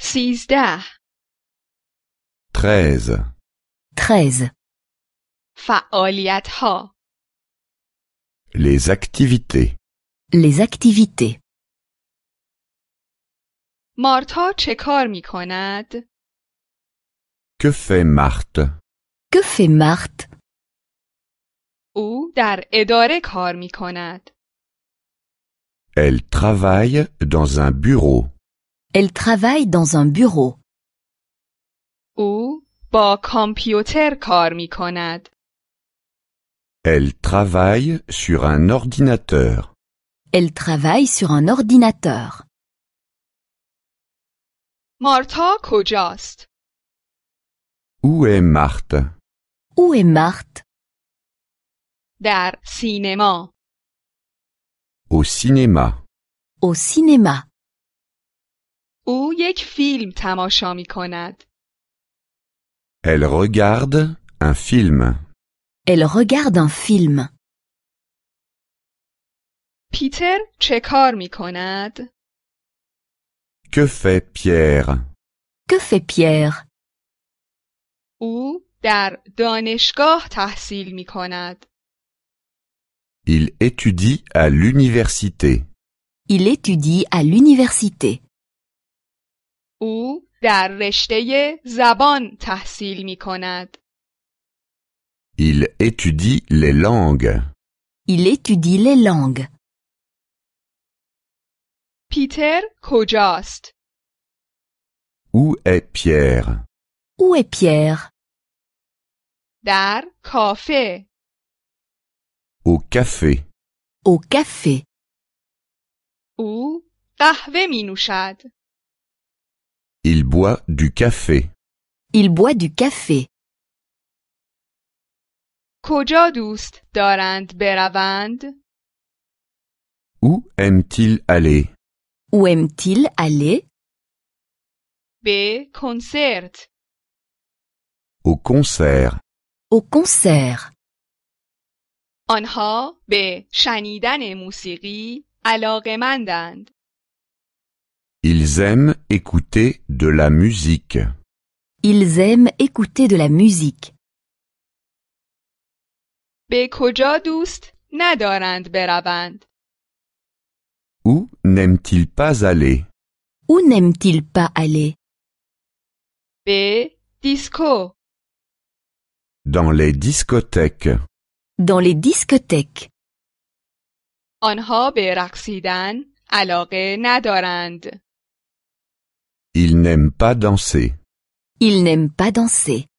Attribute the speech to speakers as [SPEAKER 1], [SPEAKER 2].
[SPEAKER 1] سیزده
[SPEAKER 2] treize,
[SPEAKER 3] 13.
[SPEAKER 1] فعالیت ها
[SPEAKER 2] les activités,
[SPEAKER 3] Les activités.
[SPEAKER 1] مارتا چه کار می کند؟
[SPEAKER 2] que fait Marthe
[SPEAKER 3] Que fait Marthe
[SPEAKER 1] او در اداره کار می کند.
[SPEAKER 2] Elle travaille dans un bureau,
[SPEAKER 3] Elle travaille dans un bureau.
[SPEAKER 1] او با کامپیوتر کار می کند.
[SPEAKER 2] elle travaille sur un ordinateur,
[SPEAKER 3] Elle travaille sur un ordinateur.
[SPEAKER 1] مارتا کجاست؟
[SPEAKER 2] où est Marthe
[SPEAKER 3] Où est Marthe
[SPEAKER 1] در سینما.
[SPEAKER 2] au cinéma,
[SPEAKER 3] Au cinéma.
[SPEAKER 1] او یک فیلم تماشا می کند.
[SPEAKER 2] elle regarde un film,
[SPEAKER 3] Elle regarde un film.
[SPEAKER 1] پیتر چه کار می کند؟
[SPEAKER 2] que fait Pierre
[SPEAKER 3] Que fait Pierre
[SPEAKER 1] او در دانشگاه تحصیل می کند.
[SPEAKER 2] Il étudie à l'université.
[SPEAKER 3] Il étudie à l'université.
[SPEAKER 1] او در رشته زبان تحصیل می کند.
[SPEAKER 2] Il étudie les langues.
[SPEAKER 3] Il étudie les langues.
[SPEAKER 1] پیتر کجاست؟
[SPEAKER 2] Où est Pierre
[SPEAKER 3] Où est Pierre
[SPEAKER 1] در کافه.
[SPEAKER 2] Au café.
[SPEAKER 3] Au café.
[SPEAKER 1] او قهوه می نوشد.
[SPEAKER 2] Il boit du café.
[SPEAKER 3] Il boit du café.
[SPEAKER 1] کجا دوست دارند بروند؟
[SPEAKER 2] Où aime-t-il aller
[SPEAKER 3] Où aime-t-il aller
[SPEAKER 1] به کنسرت.
[SPEAKER 2] Au concert.
[SPEAKER 3] Au concert.
[SPEAKER 1] آنها به شنیدن موسیقی علاقمندند.
[SPEAKER 2] Ils aiment écouter de la musique.
[SPEAKER 3] Ils aiment écouter de la musique.
[SPEAKER 1] به کجا دوست ندارند بروند؟
[SPEAKER 2] Où n'aime-t-il pas aller
[SPEAKER 3] Où n'aiment-ils pas aller
[SPEAKER 1] به دیسکو.
[SPEAKER 2] Dans les discothèques.
[SPEAKER 3] Dans les discothèques.
[SPEAKER 1] آنها به رقصیدن علاقه ندارند.
[SPEAKER 2] Il n'aime pas danser.
[SPEAKER 3] Ils n'aiment pas danser.